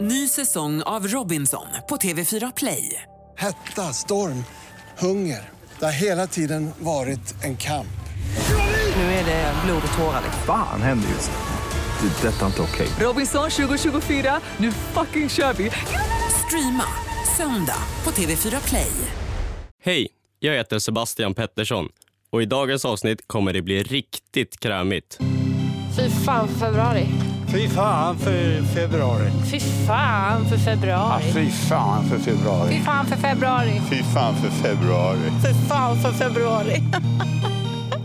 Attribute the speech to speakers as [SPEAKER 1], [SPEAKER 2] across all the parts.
[SPEAKER 1] Ny säsong av Robinson på TV4 Play.
[SPEAKER 2] Hetta, storm, hunger. Det har hela tiden varit en kamp.
[SPEAKER 1] Nu är det blod och tårar. liksom.
[SPEAKER 3] Fan händer just nu. Det. är Detta är inte okej.
[SPEAKER 1] Robinson 2024, nu fucking kör vi! Streama söndag på TV4 Play.
[SPEAKER 4] Hej, jag heter Sebastian Pettersson och i dagens avsnitt kommer det bli riktigt krämigt.
[SPEAKER 5] Fy fan för februari.
[SPEAKER 6] Fy fan för februari.
[SPEAKER 5] Fy fan för februari.
[SPEAKER 6] Ah, Fy fan för februari.
[SPEAKER 5] Fy fan för februari.
[SPEAKER 7] Fy fan för februari.
[SPEAKER 5] Fy fan för februari.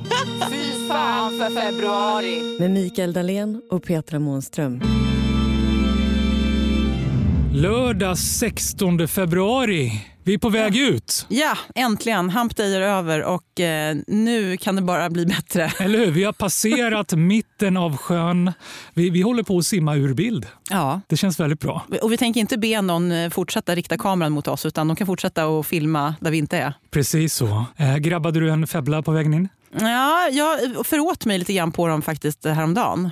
[SPEAKER 5] Fy fan för februari.
[SPEAKER 8] med Mikael Dahlén och Petra Månström.
[SPEAKER 9] Lördag 16 februari. Vi är på väg ut.
[SPEAKER 10] Ja, äntligen. Hump Day är över och eh, nu kan det bara bli bättre.
[SPEAKER 9] Eller hur? Vi har passerat mitten av sjön. Vi, vi håller på att simma ur bild.
[SPEAKER 10] Ja.
[SPEAKER 9] Det känns väldigt bra.
[SPEAKER 10] Och vi tänker inte be någon eh, fortsätta rikta kameran mot oss utan de kan fortsätta att filma där vi inte är.
[SPEAKER 9] Precis så. Eh, grabbade du en febbla på vägen in?
[SPEAKER 10] Ja, jag föråt mig lite grann på dem faktiskt häromdagen.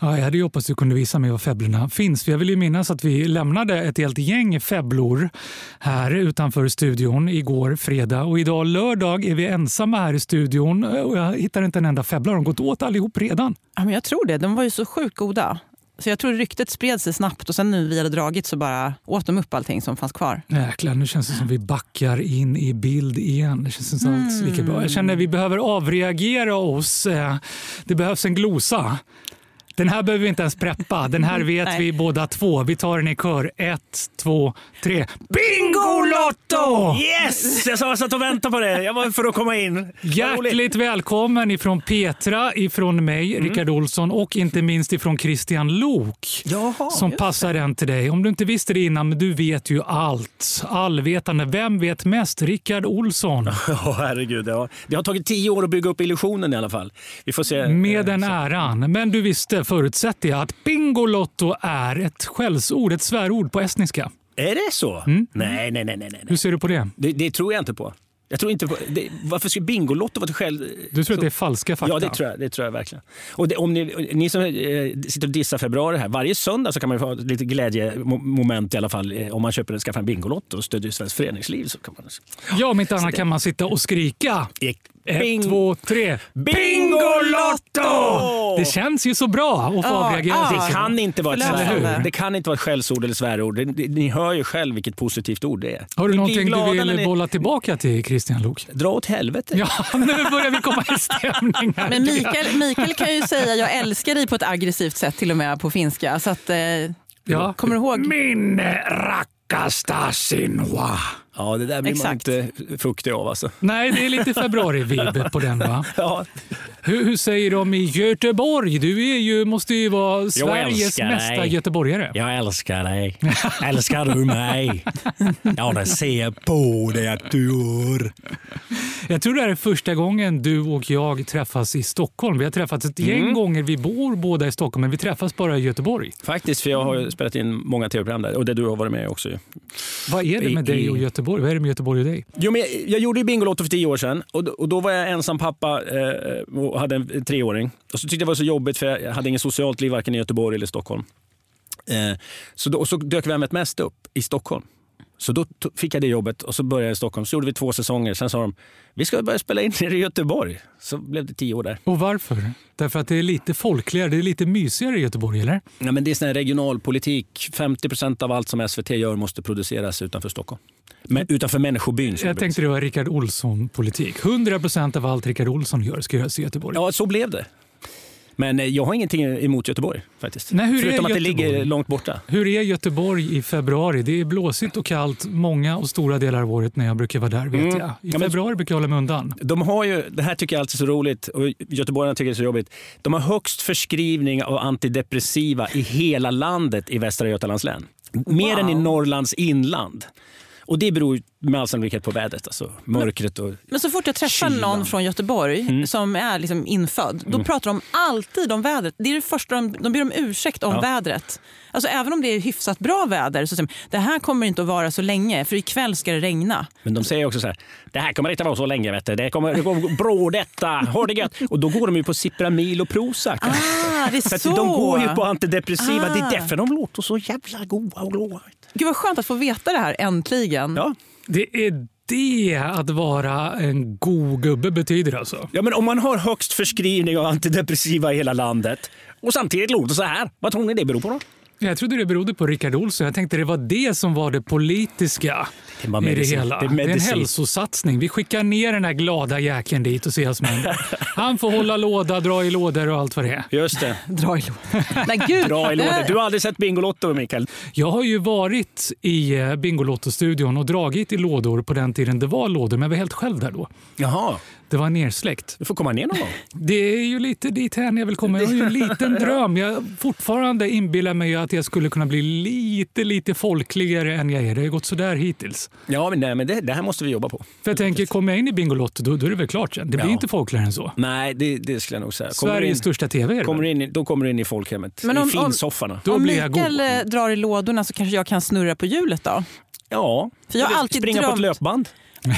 [SPEAKER 9] Ja, jag hade ju hoppats du kunde visa mig var febblorna finns. För jag vill ju minnas att vi lämnade ett helt gäng febblor här utanför studion igår fredag. Och idag lördag är vi ensamma här i studion eh, och jag hittar inte en enda febbla. De har gått åt allihop redan.
[SPEAKER 10] Ja, men jag tror det. De var ju så sjukt goda. Så jag tror ryktet spred sig snabbt och sen nu vi hade dragit så bara åt de upp allting som fanns kvar.
[SPEAKER 9] Jäklar, nu känns det som vi backar in i bild igen. Det känns inte alls lika bra. Jag känner att vi behöver avreagera oss. Eh, Det behövs en glosa. Den här behöver vi inte ens preppa. Den här vet
[SPEAKER 10] Nej.
[SPEAKER 9] vi båda två. Vi tar den i kör. Ett, två, tre. Bingolotto!
[SPEAKER 11] Yes! Jag sa- jag satt och väntade på det. Jag var för att komma in.
[SPEAKER 9] Hjärtligt välkommen ifrån Petra, ifrån mig,
[SPEAKER 11] Mm.
[SPEAKER 9] Rickard Olsson och inte minst ifrån Christian Lok
[SPEAKER 10] Jaha,
[SPEAKER 9] som passar den till dig. Om du inte visste det innan, men du vet ju allt. Allvetande. Vem vet mest? Rickard Olsson.
[SPEAKER 11] Ja, herregud. Ja. Det har tagit tio år att bygga upp illusionen i alla fall. Vi får se.
[SPEAKER 9] Med
[SPEAKER 11] Eh,
[SPEAKER 9] den
[SPEAKER 11] så-
[SPEAKER 9] äran. Men du visste, förutsätter jag, att Bingolotto är ett skällsord, ett svärord på estniska.
[SPEAKER 11] Är det så?
[SPEAKER 9] Mm.
[SPEAKER 11] Nej, nej, nej. nej, nej.
[SPEAKER 9] Hur ser du på det?
[SPEAKER 11] Det, det tror jag inte på. Jag tror inte på det, varför skulle Bingolotto vara till själv...
[SPEAKER 9] Du tror att det är falska fakta?
[SPEAKER 11] Ja, det tror jag, det tror jag verkligen. Och det, om ni, ni som eh, sitter och dissar februari här, varje söndag så kan man ju få lite glädjemoment i alla fall eh, om man köper, skaffar en Bingolotto och stödjer svenskt föreningsliv. Så kan man...
[SPEAKER 9] Ja, om inte annat kan man sitta och skrika. Ett,
[SPEAKER 11] Bing-
[SPEAKER 9] två, tre.
[SPEAKER 11] Bingolotto!
[SPEAKER 9] Det känns ju så bra att få
[SPEAKER 10] Ja,
[SPEAKER 9] avreagera sig.
[SPEAKER 10] ja.
[SPEAKER 11] Det kan inte vara ett
[SPEAKER 10] Förlösande.
[SPEAKER 11] svärord. Det kan inte vara ett skällsord eller svärord. Det- det- Ni hör ju själv vilket positivt ord det är.
[SPEAKER 9] Har
[SPEAKER 11] Ni
[SPEAKER 9] du
[SPEAKER 11] blir
[SPEAKER 9] någonting
[SPEAKER 11] glada
[SPEAKER 9] du
[SPEAKER 11] när
[SPEAKER 9] vill
[SPEAKER 11] ni-
[SPEAKER 9] bolla tillbaka till Christian Lok?
[SPEAKER 11] Dra åt helvete.
[SPEAKER 9] Ja, nu börjar vi komma i stämning här.
[SPEAKER 10] Men Mikael, Mikael kan ju säga jag älskar dig på ett aggressivt sätt till och med på finska. Så att, eh,
[SPEAKER 9] Ja.
[SPEAKER 10] Kommer du ihåg?
[SPEAKER 9] Min rackasta sinua.
[SPEAKER 11] Ja, det där blir
[SPEAKER 10] Exakt.
[SPEAKER 11] man inte fuktig av alltså.
[SPEAKER 9] Nej, det är lite februari-vibb på den va?
[SPEAKER 11] Ja.
[SPEAKER 9] Hur, hur säger de i Göteborg? Du är ju, måste ju vara Sveriges
[SPEAKER 11] älskar
[SPEAKER 9] mesta
[SPEAKER 11] dig.
[SPEAKER 9] göteborgare.
[SPEAKER 11] Jag älskar dig. Älskar du mig? Ja, det ser jag på dig att du gör.
[SPEAKER 9] Jag tror det här är första gången du och jag träffas i Stockholm. Vi har träffats ett gäng
[SPEAKER 11] Mm.
[SPEAKER 9] gånger. Vi bor båda i Stockholm, men vi träffas bara i Göteborg.
[SPEAKER 11] Faktiskt, för jag har ju spelat in många tv-program där och där du har varit med också. ju.
[SPEAKER 9] Vad är det med
[SPEAKER 11] I-
[SPEAKER 9] dig
[SPEAKER 11] i-
[SPEAKER 9] och Göteborg? Vad är det med Göteborg och dig?
[SPEAKER 11] Jo, men jag, jag gjorde ju Bingolotto för tio år sedan och, då- och då var jag ensam pappa eh, och hade en treåring. Och så tyckte jag det var så jobbigt för jag hade inget socialt liv varken i Göteborg eller Stockholm. Eh, så, då, och så dök Vem vet mest upp i Stockholm. Så då to- fick jag det jobbet och så började jag i Stockholm. Så gjorde vi två säsonger. Sen sa de vi ska börja spela in nere i Göteborg. Så blev det tio år där.
[SPEAKER 9] Och varför? Därför att det är lite folkligare, det är lite mysigare i Göteborg, eller?
[SPEAKER 11] Ja, men det är sån här regionalpolitik. 50 procent av allt som SVT gör måste produceras utanför Stockholm. Men, utanför människobyn. som
[SPEAKER 9] Jag
[SPEAKER 11] det
[SPEAKER 9] tänkte det var Rickard Olsson-politik. 100% av allt Rickard Olsson gör ska göras i Göteborg.
[SPEAKER 11] Ja, så blev det. Men eh, jag har ingenting emot Göteborg faktiskt.
[SPEAKER 9] Nej, hur är
[SPEAKER 11] Förutom att det
[SPEAKER 9] Göteborg?
[SPEAKER 11] ligger långt borta.
[SPEAKER 9] Hur är Göteborg i februari? Det är blåsigt och kallt många och stora delar av året när jag brukar vara där. vet
[SPEAKER 11] Mm.
[SPEAKER 9] jag. I
[SPEAKER 11] Ja, men-
[SPEAKER 9] februari brukar jag hålla mig undan.
[SPEAKER 11] De har ju, det här tycker jag alltid är så roligt och göteborgarna tycker det är så jobbigt. De har högst förskrivning av antidepressiva i hela landet i Västra Götalands län. Mer än i Norrlands inland. Och det beror ju med all sannolikhet på vädret. Alltså, mörkret och...
[SPEAKER 10] Men så fort jag träffar
[SPEAKER 11] Kylan.
[SPEAKER 10] någon från Göteborg som är liksom infödd, då pratar de alltid om vädret. Det är det första de, de ber om ursäkt om
[SPEAKER 11] Ja.
[SPEAKER 10] vädret. Alltså även om det är hyfsat bra väder så säger de, det här kommer inte att vara så länge för ikväll ska det regna.
[SPEAKER 11] Men de säger också så här, det här kommer inte vara så länge. Vet du. Det kommer det går bra detta, ha det gött. Och då går de ju på Cipramil och Prozac.
[SPEAKER 10] Ah, det är
[SPEAKER 11] För att
[SPEAKER 10] så!
[SPEAKER 11] de går ju på antidepressiva.
[SPEAKER 10] Ah. Mm.
[SPEAKER 11] Det är därför de låter så jävla goa och glada.
[SPEAKER 10] Gud vad skönt att få veta det här äntligen.
[SPEAKER 11] Ja.
[SPEAKER 9] Det är det att vara en god gubbe betyder alltså.
[SPEAKER 11] ja, men om man har högst förskrivning av antidepressiva i hela landet och samtidigt låter så här, vad tror ni det beror på då?
[SPEAKER 9] Jag trodde det berodde på Rickard Olsson. Jag tänkte det var det som var det politiska
[SPEAKER 11] Det var
[SPEAKER 9] i det
[SPEAKER 11] medicin.
[SPEAKER 9] hela.
[SPEAKER 11] Det är
[SPEAKER 9] Det är en
[SPEAKER 11] medicin.
[SPEAKER 9] hälsosatsning. Vi skickar ner den här glada jäkeln dit och ser vad som händer. Han får hålla låda, dra i lådor och allt vad det är.
[SPEAKER 11] Just det,
[SPEAKER 10] Dra i lådan. Nej gud!
[SPEAKER 11] dra i lådor. Du har aldrig sett Bingolotto, Mikael.
[SPEAKER 9] Jag har ju varit i eh, Bingolotto-studion och dragit i lådor på den tiden det var lådor, men jag var helt själv där då.
[SPEAKER 11] Jaha,
[SPEAKER 9] Det var nersläckt.
[SPEAKER 11] du får komma ner någon gång.
[SPEAKER 9] Det är ju lite dit här jag vill komma. Jag har ju en liten dröm. Jag fortfarande inbillar mig att jag skulle kunna bli lite, lite folkligare än jag är. Det har ju gått sådär hittills.
[SPEAKER 11] Ja, men, nej, men det, det här måste vi jobba på.
[SPEAKER 9] För jag tänker, kommer jag in i Bingolotto, då, då är det väl klart sen. Det blir
[SPEAKER 11] Ja.
[SPEAKER 9] inte folkligare än så.
[SPEAKER 11] Nej, det, det skulle jag nog säga. Kommer du in-
[SPEAKER 9] Sveriges största TV är det
[SPEAKER 11] Kommer
[SPEAKER 9] väl?
[SPEAKER 11] du in, i- då kommer du in i folkhemmet,
[SPEAKER 10] Men om-
[SPEAKER 11] i finsoffarna.
[SPEAKER 9] Då
[SPEAKER 10] Om
[SPEAKER 9] blir jag
[SPEAKER 10] Mikael
[SPEAKER 9] god.
[SPEAKER 10] eh, drar i lådorna så kanske jag kan snurra på hjulet då?
[SPEAKER 11] Ja,
[SPEAKER 10] För jag har
[SPEAKER 11] Eller
[SPEAKER 10] alltid
[SPEAKER 11] springa på
[SPEAKER 10] drömt-
[SPEAKER 11] ett löpband.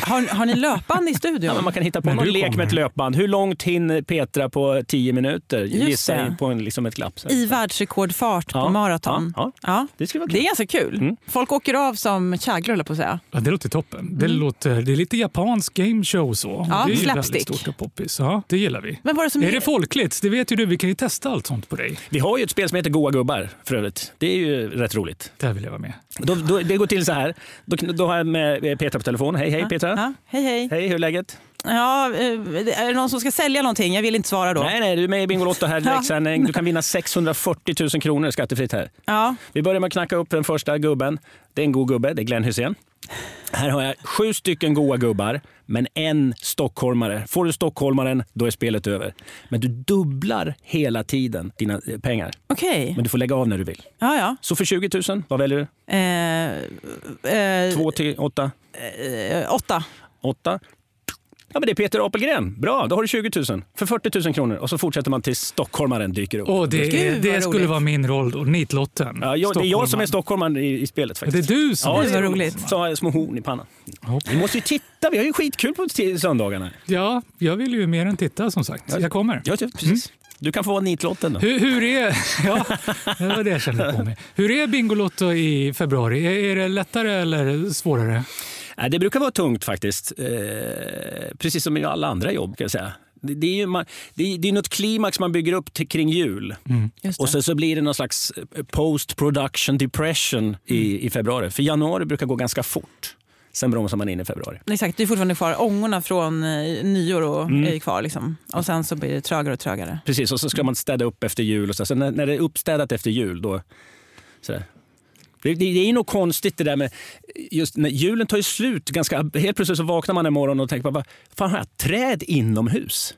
[SPEAKER 10] Har, har ni löpande i studion?
[SPEAKER 11] Ja, men man kan hitta på
[SPEAKER 9] Men
[SPEAKER 11] någon
[SPEAKER 9] du
[SPEAKER 11] lek
[SPEAKER 9] kommer.
[SPEAKER 11] med ett löpband. Hur långt hinner Petra på 10 minuter?
[SPEAKER 10] Just
[SPEAKER 11] Gissa
[SPEAKER 10] det.
[SPEAKER 11] på en, liksom ett glapp. så här.
[SPEAKER 10] I världsrekordfart på
[SPEAKER 11] Ja,
[SPEAKER 10] maraton.
[SPEAKER 11] ja, Mm.
[SPEAKER 10] Ja.
[SPEAKER 11] Det skulle vara
[SPEAKER 10] Det är
[SPEAKER 11] kul.
[SPEAKER 10] ganska kul. Folk åker av som käglor, höll jag på att säga.
[SPEAKER 9] Ja, det låter toppen.
[SPEAKER 11] Mm.
[SPEAKER 9] Det, låter, det är lite japansk game show så.
[SPEAKER 10] Ja,
[SPEAKER 9] det är ju
[SPEAKER 10] slapstick.
[SPEAKER 9] väldigt stort och poppis. Ja, det gillar vi.
[SPEAKER 10] Men var det som
[SPEAKER 9] Är det folkligt? Det vet ju du. Vi kan ju testa allt sånt på dig.
[SPEAKER 11] Vi har ju ett spel som heter Goa gubbar för övrigt. Det är ju rätt roligt.
[SPEAKER 9] Där vill jag vara med.
[SPEAKER 11] Då, då, det går till så här. Då, då har jag med eh, Petra på telefon. Hej, hej Petra.
[SPEAKER 10] Ja, hej, hej.
[SPEAKER 11] Hej, hur är läget?
[SPEAKER 10] Ja, eh, är det någon som ska sälja någonting? Jag vill inte svara då.
[SPEAKER 11] Nej, nej, du är med i Bingolotto här,
[SPEAKER 10] Ja.
[SPEAKER 11] direktsändning. Du kan vinna 640 000 kronor skattefritt här.
[SPEAKER 10] Ja.
[SPEAKER 11] Vi börjar med att knacka upp den första gubben. Det är en god gubbe, det är Glenn Hussein. Här har jag sju stycken goa gubbar, men en stockholmare. Får du stockholmaren, då är spelet över. Men du dubblar hela tiden dina eh, pengar.
[SPEAKER 10] Okej.
[SPEAKER 11] Men du får lägga av när du vill.
[SPEAKER 10] Ja, ja.
[SPEAKER 11] Så för 20 000, vad väljer du?
[SPEAKER 10] Eh, eh,
[SPEAKER 11] Två till åtta?
[SPEAKER 10] eh, åtta.
[SPEAKER 11] Åtta? Ja, men det är Peter Apelgren. Bra, då har du 20 000. För 40 000 kronor. Och så fortsätter man tills stockholmaren dyker upp.
[SPEAKER 9] Åh,
[SPEAKER 10] Gud,
[SPEAKER 9] det, är-
[SPEAKER 10] vad
[SPEAKER 9] det skulle
[SPEAKER 10] roligt.
[SPEAKER 9] vara min roll då. Nitlotten.
[SPEAKER 11] Ja, jag, det är jag som är
[SPEAKER 9] Stockholmaren.
[SPEAKER 11] stockholmaren i, i spelet
[SPEAKER 9] Ja, Det är
[SPEAKER 11] faktiskt.
[SPEAKER 9] du som
[SPEAKER 11] Ja,
[SPEAKER 9] är
[SPEAKER 10] det var roligt.
[SPEAKER 11] Så har jag små horn i pannan.
[SPEAKER 9] Ja.
[SPEAKER 11] Vi måste ju titta, vi har ju skitkul på t- söndagarna.
[SPEAKER 9] Ja, jag vill ju mer än titta som sagt. Jag kommer.
[SPEAKER 11] Ja, typ, precis. Du kan få vara nitlotten då.
[SPEAKER 9] Hur, hur är... Ja, det var det jag kände på mig. Hur är Bingolotto i februari? Är, är det lättare eller svårare?
[SPEAKER 11] Nej, det brukar vara tungt faktiskt. Eh, precis som i alla andra jobb kan jag säga. Det, det är ju man, det, är- det är något klimax man bygger upp till, kring jul.
[SPEAKER 9] Mm.
[SPEAKER 10] Just det.
[SPEAKER 11] Och sen så blir det någon slags post production depression
[SPEAKER 9] Mm.
[SPEAKER 11] i, i februari. För januari brukar gå ganska fort. Sen bromsar man in i februari.
[SPEAKER 10] Exakt, det är fortfarande kvar. Ångorna från eh, nyår och
[SPEAKER 11] Mm.
[SPEAKER 10] är kvar. Liksom. Och sen så blir det trögare och trögare.
[SPEAKER 11] Precis, och så ska man städa upp efter jul. Och så. Så när, när det är uppstädat efter jul, då... Sådär. Det, det, det är något konstigt det där med... Just när julen tar ju slut. Ganska, helt plötsligt så vaknar man en morgon och tänker bara, "Vad fan har jag träd inomhus?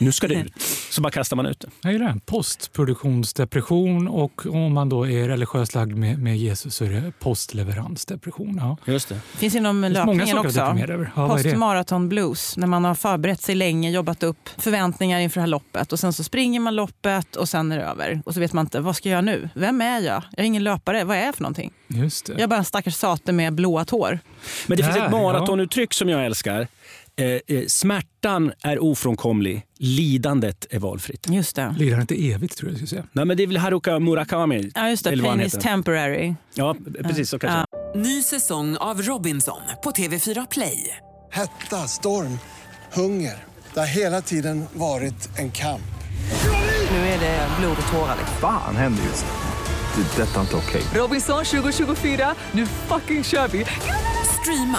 [SPEAKER 11] Nu ska det ut. Så bara kastar man ut det.
[SPEAKER 9] Jag gillar den. Postproduktionsdepression och om man då är religiöst lagd med, med Jesus så är det postleveransdepression. Ja.
[SPEAKER 11] Just det.
[SPEAKER 10] finns inom
[SPEAKER 9] Det finns många
[SPEAKER 10] löpningen
[SPEAKER 9] saker att
[SPEAKER 10] också.
[SPEAKER 9] deprimera över. Ja, vad är det?
[SPEAKER 10] Postmaraton blues, när man har förberett sig länge, jobbat upp förväntningar inför det här loppet och sen så springer man loppet och sen är det över. Och så vet man inte, vad ska jag göra nu? Vem är jag? Jag är ingen löpare, vad är jag för någonting?
[SPEAKER 9] Just det.
[SPEAKER 10] Jag är bara en stackars sate med blåat hår.
[SPEAKER 11] Men det finns
[SPEAKER 9] Där,
[SPEAKER 11] ett maratonuttryck som jag älskar. Eh, eh, smärtan är ofrånkomlig, lidandet är valfritt.
[SPEAKER 10] Just det.
[SPEAKER 9] Lirar inte evigt tror jag jag skulle säga.
[SPEAKER 11] Nej, men det är väl Haruka Murakami?
[SPEAKER 10] Ja, just det.
[SPEAKER 11] Eller vad han
[SPEAKER 10] Pain is
[SPEAKER 11] heter.
[SPEAKER 10] temporary.
[SPEAKER 11] Ja, precis. Så kanske.
[SPEAKER 1] Ny säsong av Robinson på TV4 Play.
[SPEAKER 2] Hetta, storm, hunger. Det har hela tiden varit en kamp.
[SPEAKER 5] Nu är det blod och tårar.
[SPEAKER 1] liksom.
[SPEAKER 3] Fan händer just det. Det är detta inte okej.
[SPEAKER 1] Robinson 2024, nu fucking kör vi! Streama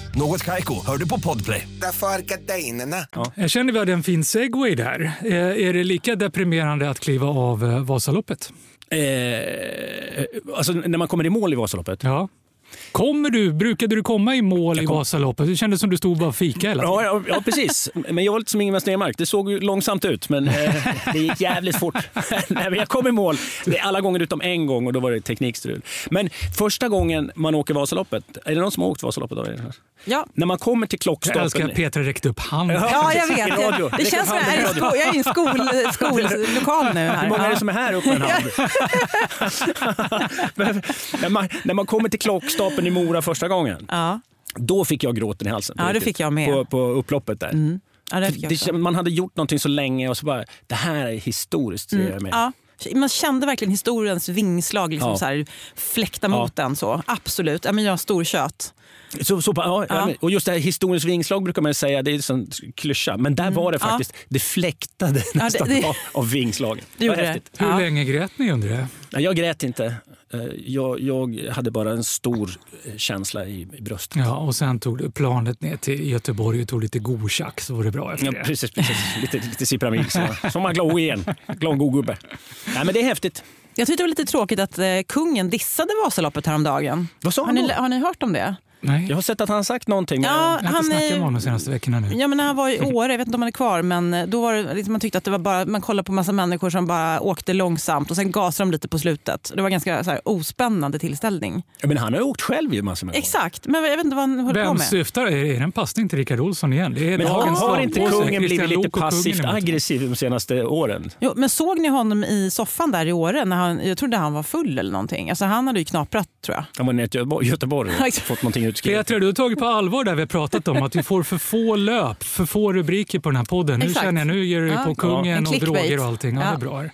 [SPEAKER 12] Något Kaiko, hör du på Podplay.
[SPEAKER 13] Därför arkadeinerna.
[SPEAKER 9] Jag Eh, känner vi hade en fin segway där. Eh, Är det lika deprimerande att kliva av eh, Vasaloppet?
[SPEAKER 11] Eh, alltså när man kommer i mål i Vasaloppet?
[SPEAKER 9] Ja. Kommer du, brukade du komma i mål i Vasaloppet? Det kändes som du stod och bara fika hela tiden.
[SPEAKER 11] Ja, ja, ja, precis. Men jag var lite som Ingemar Stenmark. Det såg ju långsamt ut, men eh, det gick jävligt fort. Nej, men jag kom i mål Det är alla gånger utom en gång och då var det teknikstrul. Men första gången man åker Vasaloppet, är det någon som har åkt Vasaloppet? Då?
[SPEAKER 10] Ja.
[SPEAKER 11] När man kommer till klockstolpen.
[SPEAKER 9] Jag älskar att Petra räckte upp handen.
[SPEAKER 10] Ja, jag
[SPEAKER 11] I
[SPEAKER 10] vet.
[SPEAKER 11] radio.
[SPEAKER 10] Det
[SPEAKER 11] Räcker
[SPEAKER 10] känns som
[SPEAKER 11] upp
[SPEAKER 10] jag är i
[SPEAKER 11] handen
[SPEAKER 10] en
[SPEAKER 11] i
[SPEAKER 10] sko-
[SPEAKER 11] radio.
[SPEAKER 10] jag är i en skol- skollokal nu. Här.
[SPEAKER 11] Hur många är det
[SPEAKER 10] Ja.
[SPEAKER 11] som är här uppe med en hand? Men när, man, när man kommer till klockstolpen i Mora första gången, då fick jag gråten i halsen. på
[SPEAKER 10] Ja, det
[SPEAKER 11] riktigt.
[SPEAKER 10] fick jag med. Mm.
[SPEAKER 11] På, på upploppet där.
[SPEAKER 10] Ja, det fick jag också.
[SPEAKER 11] Det- man hade gjort någonting så länge och så bara, det här är historiskt. Mm. Jag
[SPEAKER 10] Mm,
[SPEAKER 11] med.
[SPEAKER 10] ja. Man kände verkligen historiens vingslag liksom
[SPEAKER 11] Ja.
[SPEAKER 10] så här, fläkta mot en. Så. Absolut. Ja, men jag har storkött.
[SPEAKER 11] Så, så, ja, jag
[SPEAKER 10] Ja.
[SPEAKER 11] med. Och just det här historiens vingslag brukar man ju säga, det är en sån klyscha. Men där var det
[SPEAKER 10] Mm. Ja.
[SPEAKER 11] faktiskt, det fläktade
[SPEAKER 10] det-
[SPEAKER 11] nästan
[SPEAKER 10] det-
[SPEAKER 11] Av, av vingslagen.
[SPEAKER 10] Det gjorde
[SPEAKER 11] Vad
[SPEAKER 10] det.
[SPEAKER 11] häftigt.
[SPEAKER 9] Hur länge grät ni under det?
[SPEAKER 11] Nej, jag grät inte. Eh, Jag, jag hade bara en stor eh, känsla i, i bröstet.
[SPEAKER 9] Ja, och sen tog du planet ner till Göteborg och tog lite god tjack så var det bra
[SPEAKER 10] Mm.
[SPEAKER 9] efter
[SPEAKER 11] Ja,
[SPEAKER 9] det.
[SPEAKER 11] precis, precis. Lite, lite cipramil. så- Som man glad igen. Glad god gubbe. Nej, men det är häftigt.
[SPEAKER 10] Jag tyckte det var lite tråkigt att eh, kungen dissade Vasaloppet häromdagen.
[SPEAKER 11] Vad sa
[SPEAKER 10] har,
[SPEAKER 11] han
[SPEAKER 10] ni,
[SPEAKER 11] då?
[SPEAKER 10] har ni hört om det?
[SPEAKER 9] Nej.
[SPEAKER 11] Jag har sett att han har sagt någonting. men-
[SPEAKER 10] Ja,
[SPEAKER 9] jag har
[SPEAKER 10] han
[SPEAKER 9] inte snackat
[SPEAKER 10] är-
[SPEAKER 9] med honom de senaste veckorna nu.
[SPEAKER 10] Ja, men när han var i Åre, jag vet inte om han är kvar, men då var det, liksom, man tyckte att det var bara, man kollade på massa människor som bara åkte långsamt och sen gasade de lite på slutet. Det var en ganska så här, ospännande tillställning.
[SPEAKER 11] Ja, men han har ju åkt själv ju massor med gånger.
[SPEAKER 10] Exakt, men jag vet inte vad han håller på
[SPEAKER 9] Vem
[SPEAKER 10] med.
[SPEAKER 9] syftar? Är är det en passning till Rickard Olsson igen? Det är
[SPEAKER 11] Men har,
[SPEAKER 9] dagens
[SPEAKER 11] har inte
[SPEAKER 9] slagpåse.
[SPEAKER 11] kungen
[SPEAKER 9] Christian
[SPEAKER 11] blivit lite
[SPEAKER 9] Lok och kungen
[SPEAKER 11] passivt
[SPEAKER 9] emot.
[SPEAKER 11] aggressiv de senaste åren?
[SPEAKER 10] Jo, men såg ni honom i soffan där i Åre? När han, jag trodde han var full eller någonting. Alltså, han hade ju knaprat tror jag.
[SPEAKER 11] Han var nere i Göteborg- Göteborg och fått någonting utskrivet.
[SPEAKER 9] Petra, du har tagit på allvar där vi har pratat om att vi får för få löp, för få rubriker på den här podden. Nu
[SPEAKER 10] Exakt.
[SPEAKER 9] känner jag, nu ger du dig
[SPEAKER 10] Ja.
[SPEAKER 9] på
[SPEAKER 10] Ja. En
[SPEAKER 9] kungen och
[SPEAKER 10] clickbait.
[SPEAKER 9] droger och allting. Ja,
[SPEAKER 10] Ja. Mm.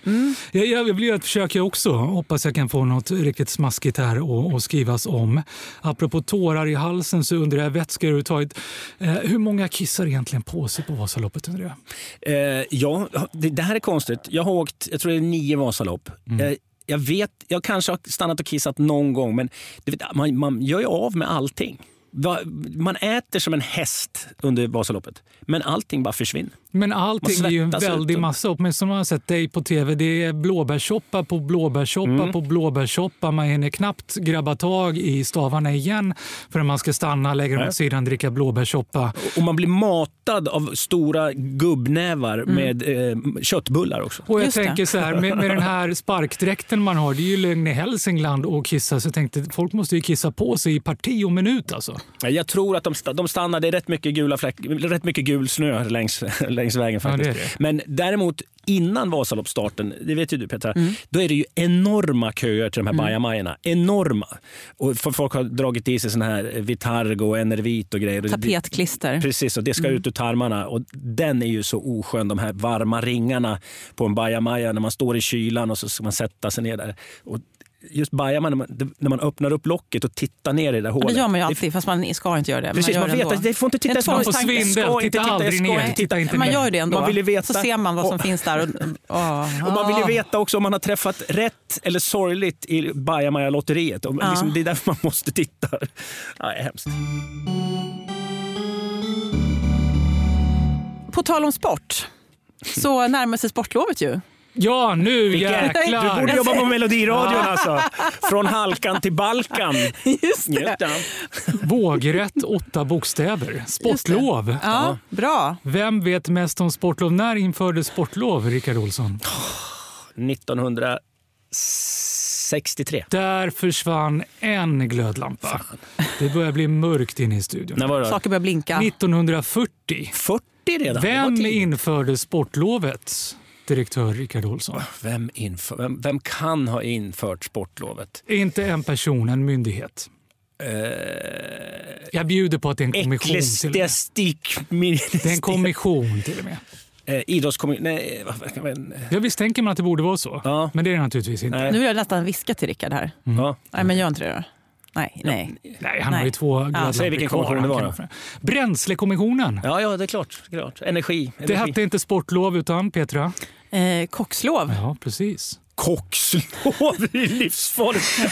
[SPEAKER 9] Det är bra. Jag, jag vill göra ett försök jag också. Hoppas jag kan få något riktigt smaskigt här och, och skrivas om. Apropå tårar i halsen så undrar jag vätskor överhuvudtaget. Eh, hur många kissar egentligen på sig på Vasaloppet undrar jag?
[SPEAKER 11] Eh, ja, det, det här är konstigt. Jag har åkt, jag tror det är nio Vasalopp.
[SPEAKER 9] Mm.
[SPEAKER 11] Eh, jag vet, jag kanske har stannat och kissat någon gång, men du vet, man, man gör ju av med allting. Va, man äter som en häst under Vasaloppet, men allting bara försvinner.
[SPEAKER 9] Men
[SPEAKER 11] Man
[SPEAKER 9] allting är ju en
[SPEAKER 11] svettas
[SPEAKER 9] väldig
[SPEAKER 11] ut.
[SPEAKER 9] massa. Åtminstone har jag sett dig på tv. Det är blåbärssoppa på blåbärssoppa
[SPEAKER 11] Mm.
[SPEAKER 9] på blåbärssoppa. Man hinner knappt grabba tag i stavarna igen förrän man ska stanna, lägga dem åt sidan, dricka blåbärssoppa.
[SPEAKER 11] Och man blir matad av stora gubbnävar
[SPEAKER 9] Mm.
[SPEAKER 11] med eh, köttbullar också.
[SPEAKER 9] Och jag tänker så här, med, med den här sparkdräkten man har, det är ju lögn i Hälsingland och kissa. Så jag tänkte, folk måste ju kissa på sig i parti och minut alltså.
[SPEAKER 11] Ja, Jag tror att de, sta- de stannar. Det är rätt mycket, gula fläck, rätt mycket gul snö längs, längs vägen.
[SPEAKER 9] Ja, det är
[SPEAKER 11] faktiskt. Men däremot innan Vasaloppsstarten, det vet ju du Petra, då är det ju enorma köer till de här
[SPEAKER 14] Mm.
[SPEAKER 11] bajamajorna. Enorma! Och f- folk har dragit i sig sån här Vitargo och Enervit och grejer. Och det-
[SPEAKER 10] Tapetklister.
[SPEAKER 11] Precis, och det ska ut ur tarmarna. Och den är ju så oskön, de här varma ringarna på en bajamaja när man står i kylan och så ska man sätta sig ner där. Och just bajamaja, när man, när man öppnar upp locket och tittar ner i det där
[SPEAKER 10] Men
[SPEAKER 11] hålet.
[SPEAKER 10] det gör man ju alltid, fast man ska inte göra det.
[SPEAKER 11] Precis,
[SPEAKER 10] gör
[SPEAKER 11] man
[SPEAKER 10] det
[SPEAKER 11] vet
[SPEAKER 10] ändå.
[SPEAKER 11] att det får inte titta
[SPEAKER 10] Det är en
[SPEAKER 11] efter. Man får
[SPEAKER 10] tvångstanke.
[SPEAKER 11] svindel.
[SPEAKER 10] Ska
[SPEAKER 11] Titta
[SPEAKER 10] jag
[SPEAKER 11] aldrig
[SPEAKER 10] ska
[SPEAKER 11] ner.
[SPEAKER 10] inte.
[SPEAKER 11] Titta inte
[SPEAKER 10] Man
[SPEAKER 11] ner.
[SPEAKER 10] gör det ändå.
[SPEAKER 11] Man vill ju veta.
[SPEAKER 10] Så ser man vad som
[SPEAKER 11] Och-
[SPEAKER 10] finns där. Och, Ah.
[SPEAKER 11] Och man vill ju veta också om man har träffat rätt eller sorgligt i Bajamaja-lotteriet. Om-
[SPEAKER 10] Ja.
[SPEAKER 11] Liksom, det är därför man måste titta. Ja, det är hemskt.
[SPEAKER 10] På tal om sport, så närmar sig sportlovet ju.
[SPEAKER 9] Ja, nu
[SPEAKER 10] Vilken-
[SPEAKER 9] jäklar!
[SPEAKER 11] Du borde jobba på Melodiradion
[SPEAKER 9] Ja.
[SPEAKER 11] alltså. Från halkan till Balkan.
[SPEAKER 10] Just
[SPEAKER 11] det.
[SPEAKER 9] Vågrätt, åtta bokstäver. Sportlov.
[SPEAKER 10] Ja, bra.
[SPEAKER 9] Vem vet mest om sportlov? När infördes sportlov, Rickard Olsson?
[SPEAKER 11] 1963.
[SPEAKER 9] Där försvann en glödlampa. Det börjar bli mörkt inne i studion.
[SPEAKER 11] När var det? Saker
[SPEAKER 10] börjar blinka.
[SPEAKER 9] 1940.
[SPEAKER 11] 40 redan? Det
[SPEAKER 9] Vem
[SPEAKER 11] var tidigt.
[SPEAKER 9] införde sportlovet, direktör Rickard Olsson?
[SPEAKER 11] Vem, inför, vem, vem kan ha infört sportlovet?
[SPEAKER 9] Inte en person, en myndighet.
[SPEAKER 11] Eh,
[SPEAKER 9] Jag bjuder på att det är en kommission. Till och med.
[SPEAKER 11] Ecklesiastikminister.
[SPEAKER 9] Det är en kommission till och med.
[SPEAKER 11] Eh, idrottskommun... Nej, vad- vad- vad-
[SPEAKER 9] Ja, visst tänker man att det borde vara så, men det är det naturligtvis inte.
[SPEAKER 10] Nu vill jag nästan viska till Rickard här.
[SPEAKER 11] Ja.
[SPEAKER 10] Nej, men gör inte det då. Nej, nej.
[SPEAKER 9] Nej, han har ju två glödlampor
[SPEAKER 11] Säg vilken
[SPEAKER 9] kvar.
[SPEAKER 11] kommission det var
[SPEAKER 9] Han
[SPEAKER 11] då.
[SPEAKER 9] kan- Bränslekommissionen.
[SPEAKER 11] Ja, ja, det är klart. klart. Energi.
[SPEAKER 9] Det hette inte sportlov utan, Petra?
[SPEAKER 10] Eh, kockslov.
[SPEAKER 9] Ja, precis.
[SPEAKER 11] Kockslov i livsform.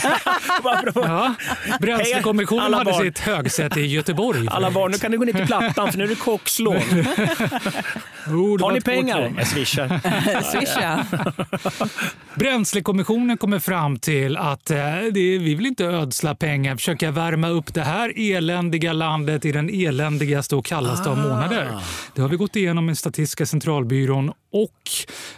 [SPEAKER 9] Ja, Bränslekommissionen hade sitt högsäte i Göteborg.
[SPEAKER 11] Alla barn, nu kan du gå ner till Plattan för nu är det kockslov. Har ni pengar? Jag swishar.
[SPEAKER 10] eh, Swisha.
[SPEAKER 9] Bränslekommissionen kommer fram till att eh, det, vi vill inte ödsla pengar, försöka värma upp det här eländiga landet i den eländigaste och kallaste
[SPEAKER 11] Ah.
[SPEAKER 9] av månader. Det har vi gått igenom med Statistiska centralbyrån och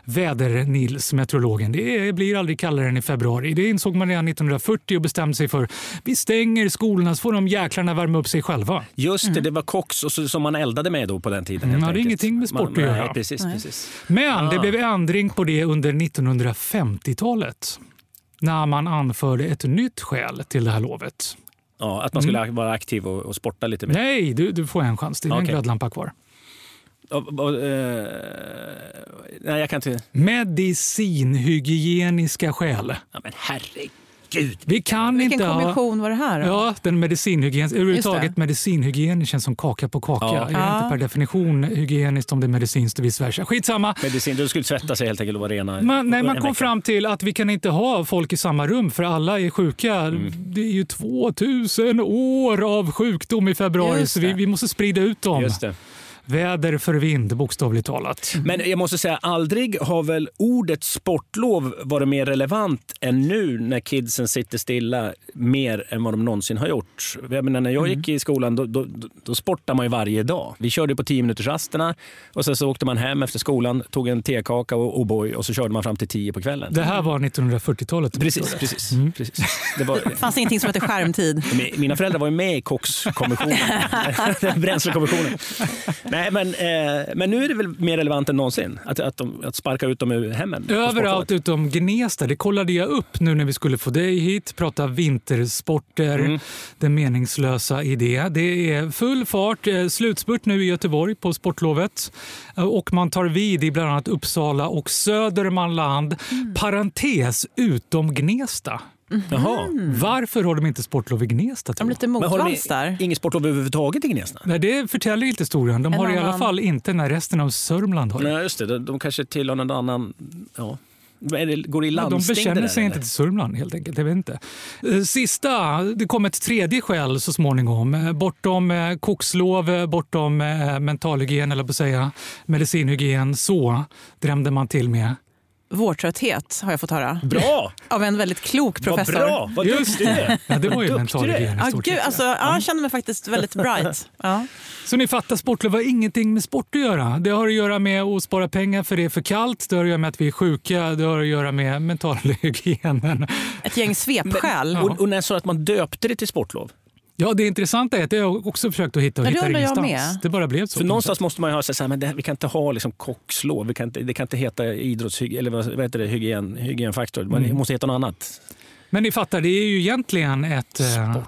[SPEAKER 9] väder-Nils, meteorologen. Det är- blir aldrig kallare än i februari. Det insåg man redan 1940 och bestämde sig för. Vi stänger skolorna så får de jäklarna värma upp sig själva.
[SPEAKER 11] Just det, det var koks och så, som man eldade med då på den tiden.
[SPEAKER 9] Mm,
[SPEAKER 11] helt
[SPEAKER 9] ja, det är
[SPEAKER 11] enkelt.
[SPEAKER 9] ingenting med sport
[SPEAKER 11] Man-
[SPEAKER 9] att göra.
[SPEAKER 11] Nej, precis,
[SPEAKER 9] Nej.
[SPEAKER 11] precis.
[SPEAKER 9] Men det
[SPEAKER 11] Ah.
[SPEAKER 9] blev ändring på det under 1950-talet när man anförde ett nytt skäl till det här lovet.
[SPEAKER 11] Ja, att man skulle vara aktiv och, och sporta lite mer.
[SPEAKER 9] Mm. Nej, du, du får en chans till. Det är en
[SPEAKER 11] Okej.
[SPEAKER 9] glödlampa kvar.
[SPEAKER 11] Och, och, eh, nej, jag kan inte...
[SPEAKER 9] Medicinhygieniska skäl.
[SPEAKER 11] Ja, men herregud.
[SPEAKER 9] Vi kan
[SPEAKER 10] Vilken
[SPEAKER 9] inte ha-
[SPEAKER 10] kommission var det här? då?
[SPEAKER 9] Ja, den medicinhygieniska.
[SPEAKER 10] Just
[SPEAKER 9] Överhuvudtaget medicinhygien känns som kaka på kaka.
[SPEAKER 11] Ja.
[SPEAKER 9] Det är
[SPEAKER 11] Ja.
[SPEAKER 9] inte per definition hygieniskt om det är medicinskt och vice versa. Skitsamma.
[SPEAKER 11] Medicin, du skulle tvätta sig helt enkelt och vara rena.
[SPEAKER 9] Man, nej, man
[SPEAKER 11] en
[SPEAKER 9] kom
[SPEAKER 11] vecka.
[SPEAKER 9] fram till att vi kan inte ha folk i samma rum för alla är sjuka.
[SPEAKER 11] Mm.
[SPEAKER 9] Det är ju 2000 år av sjukdom i februari
[SPEAKER 11] Just
[SPEAKER 9] så vi,
[SPEAKER 11] det.
[SPEAKER 9] vi måste sprida ut dem.
[SPEAKER 11] Just det.
[SPEAKER 9] Väder för vind, bokstavligt talat.
[SPEAKER 11] Men jag måste säga, aldrig har väl ordet sportlov varit mer relevant än nu när kidsen sitter stilla mer än vad de någonsin har gjort. Jag menar, när jag
[SPEAKER 9] Mm.
[SPEAKER 11] gick i skolan då, då, då sportade man ju varje dag. Vi körde på 10 minuters rasterna och sen så åkte man hem efter skolan, tog en tekaka och O'boy och så körde man fram till 10 på kvällen.
[SPEAKER 9] Det här var Mm. 1940-talet.
[SPEAKER 11] Precis, precis. precis. Det var,
[SPEAKER 10] Fanns det ingenting som hette skärmtid?
[SPEAKER 11] Men Mina föräldrar var ju med i kokskommissionen, bränslekommissionen. Nej, men, eh, men nu är det väl mer relevant än någonsin att, att, de, att sparka ut dem ur hemmen. på
[SPEAKER 9] Överallt
[SPEAKER 11] sportlovet.
[SPEAKER 9] utom Gnesta. Det kollade jag upp nu när vi skulle få dig hit. Prata vintersporter, det meningslösa i det. Det är full fart, eh, slutspurt nu i Göteborg på sportlovet. Eh, Och man tar vid i bland annat Uppsala och Södermanland.
[SPEAKER 11] Mm.
[SPEAKER 9] Parentes, utom Gnesta.
[SPEAKER 11] Jaha.
[SPEAKER 9] Varför har de inte sportlov i Gnesta? tror jag?
[SPEAKER 11] Men har Mm. de inget sportlov överhuvudtaget i Gnesta?
[SPEAKER 9] Nej, det förtäljer inte historien. De
[SPEAKER 11] En
[SPEAKER 9] har i alla
[SPEAKER 11] annan-
[SPEAKER 9] fall inte när resten av Sörmland har det.
[SPEAKER 11] Nej, just det. De, de kanske tillhör någon annan... Ja. Men är det- Går det i
[SPEAKER 9] Ja,
[SPEAKER 11] landsting? det
[SPEAKER 9] De bekänner
[SPEAKER 11] där,
[SPEAKER 9] sig inte
[SPEAKER 11] eller?
[SPEAKER 9] till Sörmland helt enkelt. Jag vet inte. Eh, Sista, det kom ett tredje skäl så småningom. Eh, Bortom eh, kokslov, eh, bortom eh, mentalhygien, eller på att säga, medicinhygien, så drämde man till med.
[SPEAKER 10] Vårtrötthet har jag fått höra.
[SPEAKER 11] Bra!
[SPEAKER 10] Av en väldigt klok professor.
[SPEAKER 9] Just det. Ja, det var ju mentalhygien i
[SPEAKER 10] Ja,
[SPEAKER 9] stort
[SPEAKER 10] gud,
[SPEAKER 9] sett.
[SPEAKER 10] alltså, ja, jag kände mig faktiskt väldigt bright. Ja.
[SPEAKER 9] Så ni fattar, sportlov har ingenting med sport att göra. Det har att göra med att spara pengar för det är för kallt, det har att göra med att vi är sjuka, det har att göra med mentalhygienen.
[SPEAKER 10] Ett gäng svepskäl.
[SPEAKER 9] Men-
[SPEAKER 11] och, och när sa du att man döpte det till sportlov?
[SPEAKER 9] Ja, det intressanta är att jag har också försökt att hitta och
[SPEAKER 11] Ja, det
[SPEAKER 9] hittar
[SPEAKER 11] undrar jag
[SPEAKER 9] ingenstans.
[SPEAKER 11] med.
[SPEAKER 9] Det bara blev så.
[SPEAKER 11] För någonstans måste man ju ha så här, men det, här- vi kan inte ha liksom kockslov, vi kan inte, det kan inte heta idrottshyg eller vad vad heter det, hygien, hygienfaktor, man
[SPEAKER 9] Mm.
[SPEAKER 11] måste heta något annat.
[SPEAKER 9] Men ni fattar, det är ju egentligen ett... eh,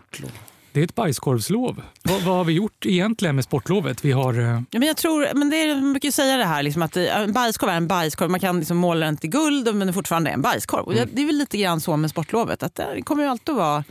[SPEAKER 9] Det är ett bajskorvslov. Vad, vad har vi gjort egentligen med sportlovet? Vi har... eh,
[SPEAKER 10] Ja, men jag tror, men det är, man brukar ju säga det här liksom att eh, en bajskorv är en bajskorv. Man kan liksom måla den till guld men det fortfarande är en bajskorv. Och jag-
[SPEAKER 11] Mm.
[SPEAKER 10] Det är väl lite grann så med sportlovet. Att det kommer ju alltid att vara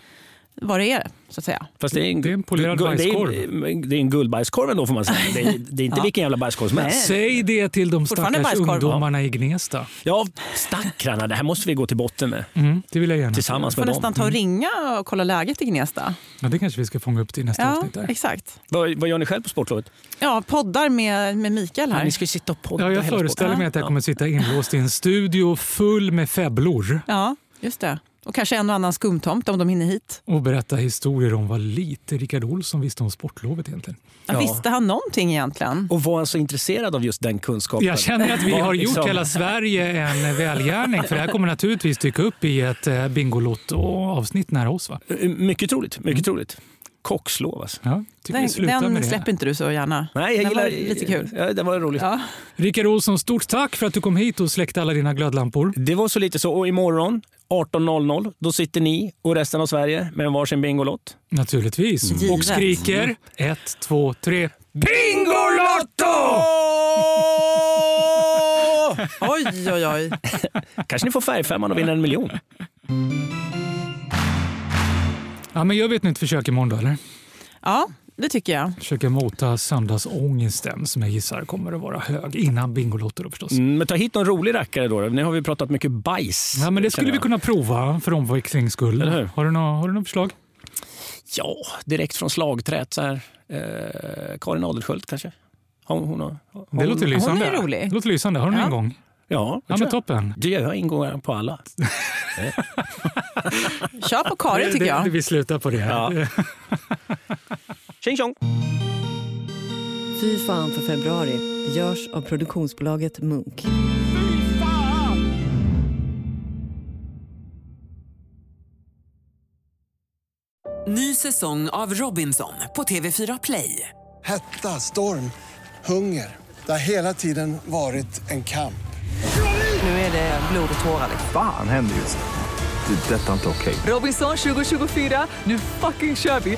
[SPEAKER 10] vad det är. Så att säga.
[SPEAKER 11] Fast det är en, det är en
[SPEAKER 9] polerad
[SPEAKER 11] Det är, en guldbajskorv ändå får man säga. Det är, det är inte
[SPEAKER 10] Ja.
[SPEAKER 11] vilken jävla bajskorv som helst.
[SPEAKER 9] Säg det till de
[SPEAKER 11] Fortfarande
[SPEAKER 9] stackars
[SPEAKER 11] bajskorv.
[SPEAKER 9] ungdomarna i Gnesta.
[SPEAKER 11] Ja, stackarna, det här måste vi gå till botten med.
[SPEAKER 9] Mm, det vill jag gärna.
[SPEAKER 11] Tillsammans
[SPEAKER 10] Får
[SPEAKER 11] med
[SPEAKER 10] nästan
[SPEAKER 11] dem. Mm.
[SPEAKER 10] ta och ringa och kolla läget i Gnesta.
[SPEAKER 9] Ja, det kanske vi ska fånga upp till nästa
[SPEAKER 10] Ja,
[SPEAKER 9] avsnitt. Där.
[SPEAKER 10] exakt.
[SPEAKER 11] Vad, vad gör ni själv på sportlovet?
[SPEAKER 10] Ja, poddar med, med Mikael här.
[SPEAKER 11] Ja, ni ska ju sitta och podda
[SPEAKER 9] Ja, jag
[SPEAKER 10] hela
[SPEAKER 9] föreställer
[SPEAKER 10] sporten.
[SPEAKER 9] mig att jag kommer sitta inlåst i en studio full med febblor
[SPEAKER 10] Ja, just det. Och kanske en och annan skumtomte om de hinner hit.
[SPEAKER 9] och berätta historier om vad lite Rickard Olsson visste om sportlovet egentligen.
[SPEAKER 10] Ja. Visste han någonting egentligen?
[SPEAKER 11] Och var han så intresserad av just den kunskapen?
[SPEAKER 9] Jag känner att vi
[SPEAKER 11] Var
[SPEAKER 9] har
[SPEAKER 11] liksom-
[SPEAKER 9] gjort hela Sverige en välgärning för det här kommer naturligtvis dyka upp i ett eh, Bingolotto-avsnitt nära oss. Va?
[SPEAKER 11] Eh, Mycket troligt. Mycket troligt. Kockslov alltså.
[SPEAKER 9] Ja, tycker vi
[SPEAKER 10] Den,
[SPEAKER 9] slutar med
[SPEAKER 10] den
[SPEAKER 9] det.
[SPEAKER 10] släpper inte du så gärna.
[SPEAKER 11] Nej, jag
[SPEAKER 10] den
[SPEAKER 11] gillar...
[SPEAKER 10] var lite kul.
[SPEAKER 11] Ja, det var roligt.
[SPEAKER 10] Ja.
[SPEAKER 9] Rickard Olsson, stort tack för att du kom hit och släckte alla dina glödlampor.
[SPEAKER 11] Det var så lite så. Och imorgon 18.00, då sitter ni och resten av Sverige med en varsin Bingolott.
[SPEAKER 10] Mm.
[SPEAKER 9] Naturligtvis.
[SPEAKER 11] Givet.
[SPEAKER 9] Och skriker ett, två, tre.
[SPEAKER 11] Bingolotto!
[SPEAKER 10] oj, oj, oj.
[SPEAKER 11] Kanske ni får färgfemman och vinner en miljon.
[SPEAKER 9] Ja, men gör vi ett nytt försök imorgon då, eller?
[SPEAKER 10] Ja, det tycker jag.
[SPEAKER 9] Försöka mota söndagsångesten som jag gissar kommer att vara hög innan Bingolotto då förstås.
[SPEAKER 11] Mm, men ta hit någon rolig rackare då. Nu har vi pratat mycket bajs.
[SPEAKER 9] Ja, men det
[SPEAKER 11] känner
[SPEAKER 9] skulle
[SPEAKER 11] jag.
[SPEAKER 9] vi kunna prova för omväxlings skull.
[SPEAKER 11] Eller hur?
[SPEAKER 9] Har du några har du några förslag?
[SPEAKER 11] Ja, direkt från slagträt så här. Eh, Karin Adelsköld kanske? Hon, hon, har- hon,
[SPEAKER 9] Det låter lysande. Det låter lysande. Har du någon
[SPEAKER 11] Ja.
[SPEAKER 9] ingång?
[SPEAKER 11] Ja,
[SPEAKER 9] Ja, men toppen.
[SPEAKER 11] Du, jag har ingångar på alla.
[SPEAKER 10] Kör på Karin tycker jag.
[SPEAKER 9] Vi slutar på det. här.
[SPEAKER 11] Tjing tjong!
[SPEAKER 8] Fy fan för februari görs av produktionsbolaget Munk.
[SPEAKER 1] Ny säsong av Robinson på TV4 Play.
[SPEAKER 2] Hetta, storm, hunger. Det har hela tiden varit en kamp.
[SPEAKER 5] Nu är det blod och tårar. liksom.
[SPEAKER 3] Fan händer just det. Det är detta inte okej.
[SPEAKER 1] Robinson 2024, nu fucking kör vi!